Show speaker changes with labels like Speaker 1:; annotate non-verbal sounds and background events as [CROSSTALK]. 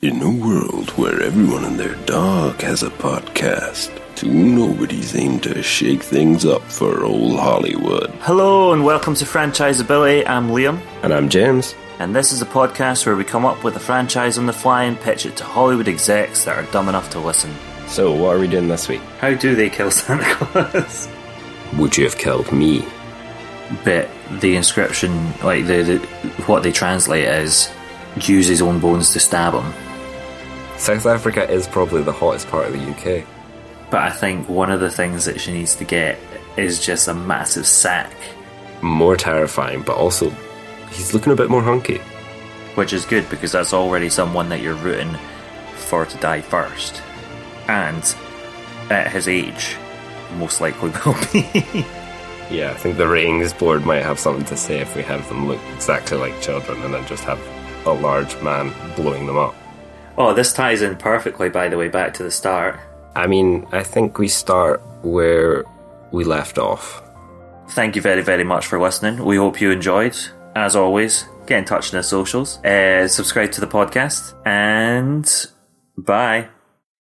Speaker 1: In a world where everyone and their dog has a podcast, two nobodies aim to shake things up for old Hollywood.
Speaker 2: Hello and welcome to Franchisability. I'm Liam,
Speaker 1: And I'm James.
Speaker 2: and this is a podcast where we come up with a franchise on the fly and pitch it to Hollywood execs that are dumb enough to listen.
Speaker 1: So, what are we doing this week?
Speaker 2: How do they kill Santa Claus?
Speaker 1: Would you have killed me?
Speaker 2: But the inscription, like the, the what they translate as, use his own bones to stab him.
Speaker 3: South Africa is probably the hottest part of the UK.
Speaker 2: But I think one of the things that she needs to get is just a massive sack,
Speaker 3: More terrifying, but also he's looking a bit more hunky.
Speaker 2: which is good because that's already someone that you're rooting for to die first. And at his age, most likely [LAUGHS] will be.
Speaker 3: Yeah, I think the ratings board might have something to say if we have them look exactly like children and then just have a large man blowing them up.
Speaker 2: oh, this ties in perfectly, by the way, back to the start.
Speaker 3: I mean, I think we start where we left off.
Speaker 2: Thank you very, very much for listening. We hope you enjoyed. As always, get in touch on the socials, uh, subscribe to the podcast, and bye.